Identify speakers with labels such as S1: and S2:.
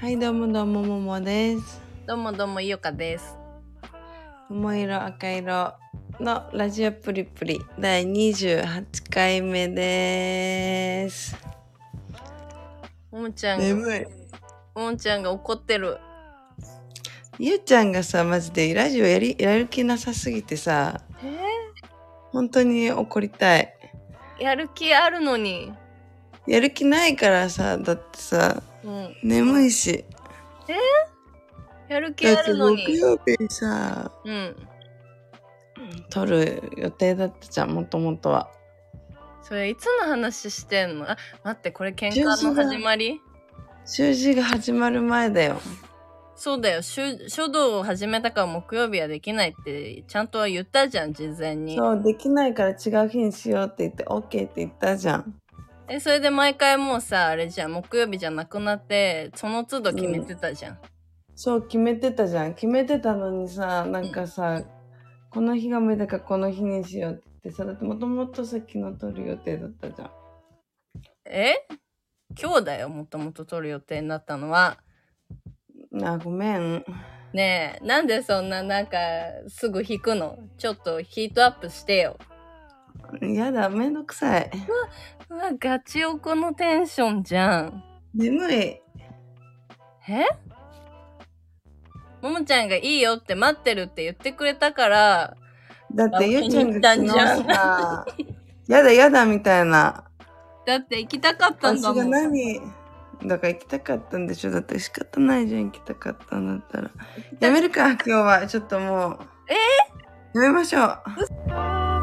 S1: はい、どうもどうもももです。
S2: どうもどうもいよかです。
S1: 桃色赤色のラジオプリプリ第28回目です。
S2: ももちゃんが、
S1: 眠
S2: ももちゃんが怒ってる。
S1: い。ゆうちゃんがさ、マジでラジオやり、やる気なさすぎてさ、
S2: え
S1: 本当に怒りたい。
S2: やる気あるのに。
S1: やる気ないからさ、だってさ、
S2: うん。
S1: 眠いし。
S2: やる気
S1: だ
S2: あ
S1: って
S2: るの
S1: 木
S2: に。
S1: 曜日さ、
S2: うん。
S1: 撮る予定だったじゃん、もともとは。
S2: それいつの話してんのあ、待って、これ喧嘩
S1: 10
S2: の
S1: 時だ
S2: 始まり
S1: 習字が始まる前だよ。
S2: そうだよ書。書道を始めたから木曜日はできないって、ちゃんとは言ったじゃん、事前に。
S1: そう、できないから違う日にしようって言って、OK って言ったじゃん。
S2: え、それで毎回もうさ、あれじゃん、木曜日じゃなくなって、その都度決めてたじゃん。
S1: そう決めてたじゃん決めてたのにさなんかさ、この日が無理だからこの日にしようって言ってさだってもともとさ昨日撮る予定だったじゃん
S2: え今日だよ、もともと撮る予定になったのは。
S1: あごめん
S2: ねえ、なんでそんななんかすぐ引くのちょっとヒートアップしてよ。
S1: やだめんどくさいう
S2: わ、ガチオコのテンションじゃん。
S1: 眠い
S2: えももちゃんがいいよって待ってるって言ってくれたから、
S1: だって
S2: あ
S1: ゆうちゃんが
S2: 気
S1: 昨
S2: に入
S1: 日
S2: ったんじ
S1: さやだやだみたいな
S2: だって行きたかったん
S1: 私
S2: だも
S1: が
S2: ん。
S1: 何だから行きたかったんでしょだって仕方ないじゃん行きたかったんだったら
S2: た
S1: やめるか今日はちょっともう
S2: え
S1: やめましょう
S2: 「